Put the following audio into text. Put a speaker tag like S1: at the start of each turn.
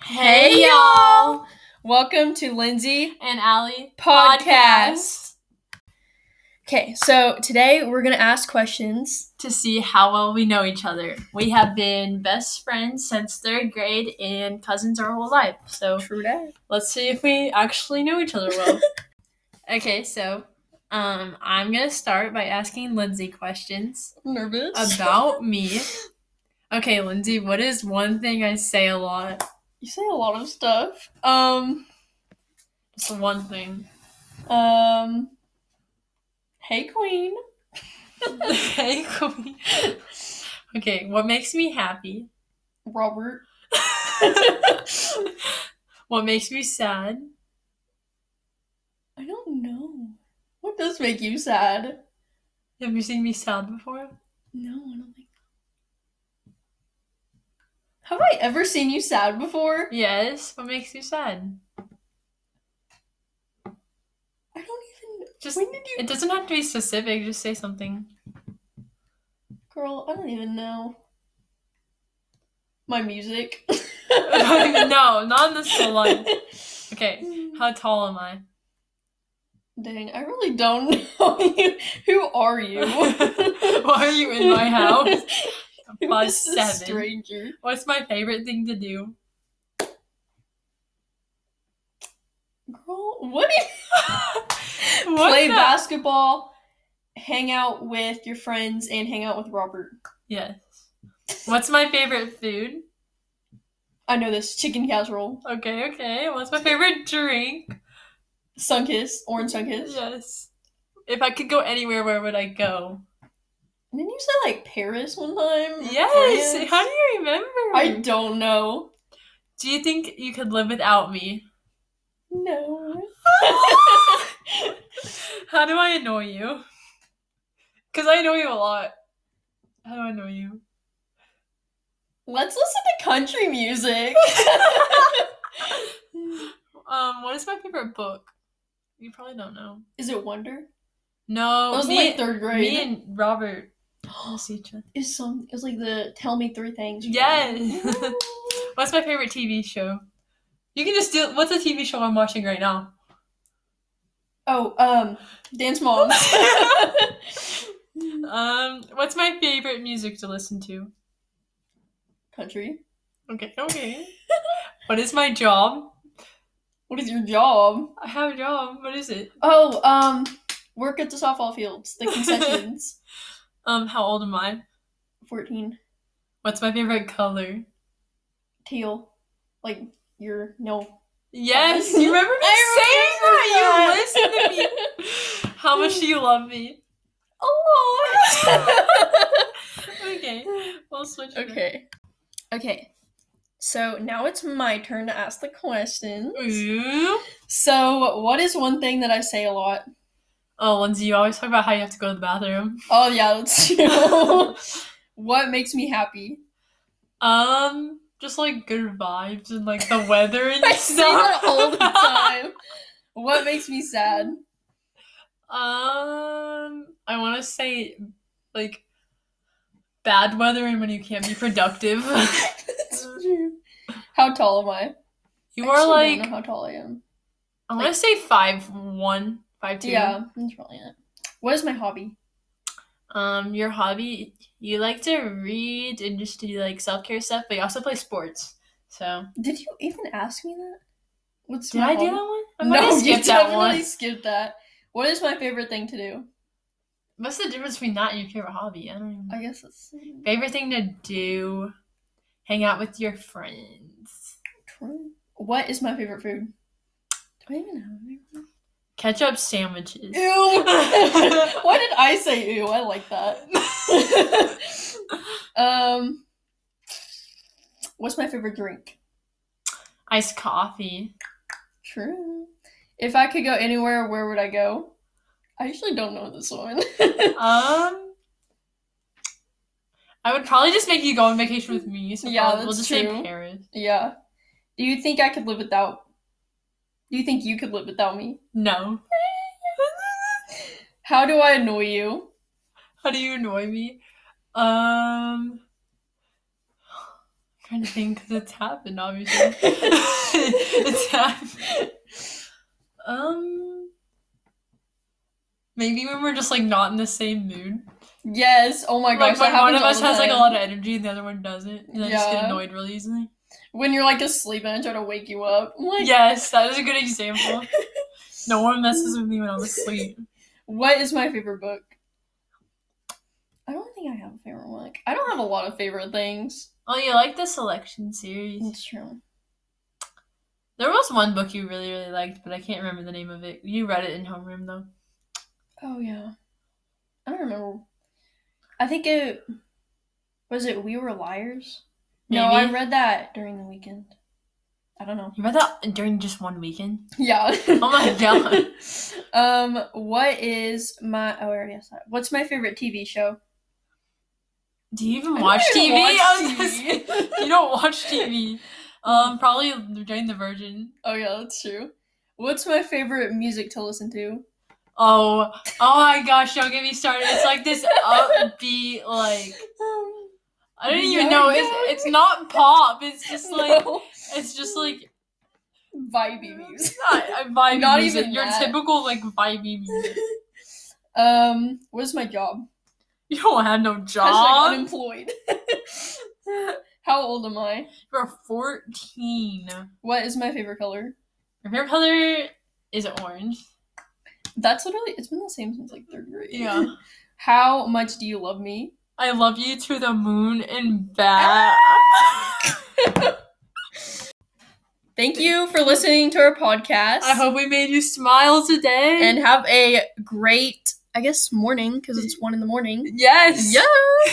S1: Hey, y'all! Welcome to Lindsay
S2: and Allie
S1: Podcast. Okay, so today we're gonna ask questions.
S2: to see how well we know each other. We have been best friends since third grade and cousins our whole life. So
S1: True that.
S2: let's see if we actually know each other well. okay, so um, I'm gonna start by asking Lindsay questions
S1: Nervous?
S2: about me. Okay, Lindsay, what is one thing I say a lot?
S1: you say a lot of stuff.
S2: Um, it's one thing.
S1: Um. Hey, Queen.
S2: okay, cool. okay, what makes me happy?
S1: Robert.
S2: what makes me sad?
S1: I don't know. What does make you sad?
S2: Have you seen me sad before?
S1: No, I don't think. Have I ever seen you sad before?
S2: Yes. What makes you sad?
S1: I don't even.
S2: Just
S1: When did you,
S2: it doesn't have to be specific. Just say something.
S1: girl? I don't even know. My music.
S2: no, not in this whole line. Okay. How tall am I?
S1: Dang, I really don't know you. Who are you?
S2: Why are you in my house?
S1: Who
S2: Five
S1: is this
S2: seven.
S1: stranger.
S2: What's my favorite thing to do?
S1: Girl, what do you
S2: What
S1: play
S2: the-
S1: basketball, hang out with your friends, and hang out with Robert?
S2: Yes. What's my favorite food?
S1: I know this chicken casserole,
S2: Okay, okay. What's my favorite drink?
S1: sunkiss, orange sunkiss.
S2: Yes. If I could go anywhere, where would I go?
S1: Didn't you say like Paris one time? or
S2: Yes.
S1: France?
S2: How do you remember?
S1: I don't know.
S2: do you think you could live without me?
S1: No.
S2: How do I annoy you? Because I know you a lot. How do I know you?
S1: Let's listen to country music.
S2: Um, what is my favorite book? You probably don't know.
S1: Is it Wonder?
S2: No,
S1: That was in,
S2: me,
S1: like third grade.
S2: me and Robert. miss each other.
S1: is some is like the tell me three things. you
S2: Yes.
S1: know.
S2: What's my favorite TV show? You can just do. What's a TV show I'm watching right now?
S1: oh, um, dance mom.
S2: Um, what's my favorite music to listen to?
S1: Country.
S2: Okay, okay. what is my job?
S1: What is your job?
S2: I have a job. What is it?
S1: Oh, um, work at the softball fields, the concessions.
S2: Um, how old am I?
S1: Fourteen.
S2: What's my favorite color?
S1: Teal. Like your no.
S2: Yes, you remember me
S1: I
S2: saying
S1: remember
S2: that. You listen to me. How much do you love me?
S1: Oh.
S2: Okay, we'll switch. it up.
S1: okay. Okay. So now it's my turn to ask the
S2: Mm.
S1: questions.
S2: Ooh.
S1: So, what is one thing that I say a lot?
S2: Oh, Lindsay, you always talk about how you have to go to the bathroom.
S1: Oh yeah, that's true. what makes me happy?
S2: Um, just like good vibes and like the weather and
S1: I say
S2: stuff.
S1: that all the time. what makes me sad?
S2: Um, I want to say like bad weather and when you can't be productive.
S1: That's true. How tall am I?
S2: you
S1: I
S2: are
S1: actually don't
S2: like
S1: know how tall I am.
S2: I want to say five one, five two.
S1: Yeah, that's probably it. What is my hobby?
S2: Um, your hobby you like to read and just do like self care stuff, but you also play sports. So
S1: Did you even ask me that? What's
S2: did
S1: my
S2: I do
S1: hobby?
S2: that one? I might
S1: no,
S2: have
S1: you
S2: skipped that
S1: definitely
S2: one.
S1: skipped that. What is my favorite thing to do?
S2: What's the difference between that and your favorite hobby? I don't even.
S1: I guess it's
S2: Favorite thing to do? Hang out with your friends.
S1: true. What is my favorite food? Do I even have a favorite food?
S2: Ketchup sandwiches.
S1: Ew! Why did I say ew? I like that. um, what's my favorite drink?
S2: Iced coffee.
S1: True. If I could go anywhere, where would I go? I usually don't know this one.
S2: Um, I would probably just make you go on vacation with me. So
S1: Yeah,
S2: probably- we'll just
S1: that's true.
S2: say Paris.
S1: yeah. Do you think I could live without? Do you think you could live without me?
S2: No.
S1: How do I annoy you?
S2: How do you annoy me? Um, trying to think because it's happened, obviously. it's happened. Um, maybe when we're just like not in the same mood.
S1: Yes. Oh my gosh.
S2: like when
S1: that
S2: one of
S1: happens
S2: us
S1: all the
S2: has like a
S1: time.
S2: lot of energy and the other one doesn't, and I just get
S1: Yeah.
S2: annoyed really easily.
S1: When you're like asleep and I try to wake you up. I'm like,
S2: Yes, that is a good example. no one messes with me when I'm asleep.
S1: What is my favorite book? I don't think I have a favorite one. Like, I don't have a lot of favorite things.
S2: Oh, you like the selection series?
S1: It's true.
S2: There was one book you really really liked, but I can't remember the name of it. You read it in homeroom though.
S1: Oh yeah. I don't remember. I think it was it We Were Liars? No, I
S2: Maybe.
S1: read that during the weekend. I don't know.
S2: You read that during just one weekend?
S1: Yeah.
S2: Oh my god.
S1: um, what is my oh I already asked that. What's my favorite TV show?
S2: Do you even
S1: I don't
S2: watch
S1: even
S2: TV?
S1: watch
S2: I was gonna
S1: TV.
S2: say, you don't watch TV. Um, probably Jane the Virgin.
S1: Oh yeah, that's true. What's my favorite music to listen to?
S2: Oh, oh my gosh! Don't get me started. It's like this upbeat, like
S1: Um,
S2: I don't even know. It's it's not pop. It's just like
S1: no.
S2: it's just like
S1: vibey music.
S2: it's not uh, vibey
S1: Not
S2: music.
S1: even
S2: your
S1: that.
S2: typical like vibey music.
S1: Um, what is my job?
S2: You don't have no
S1: Hashtag
S2: job.
S1: unemployed. How old am I?
S2: You're fourteen.
S1: What is my favorite color?
S2: Your hair color is orange.
S1: That's literally it's been the same since like third grade.
S2: Yeah.
S1: How much do you love me?
S2: I love you to the moon and back. Ah!
S1: Thank you for listening to our podcast.
S2: I hope we made you smile today.
S1: and have a great, I guess, morning because it's one in the morning.
S2: yes,
S1: Yeah.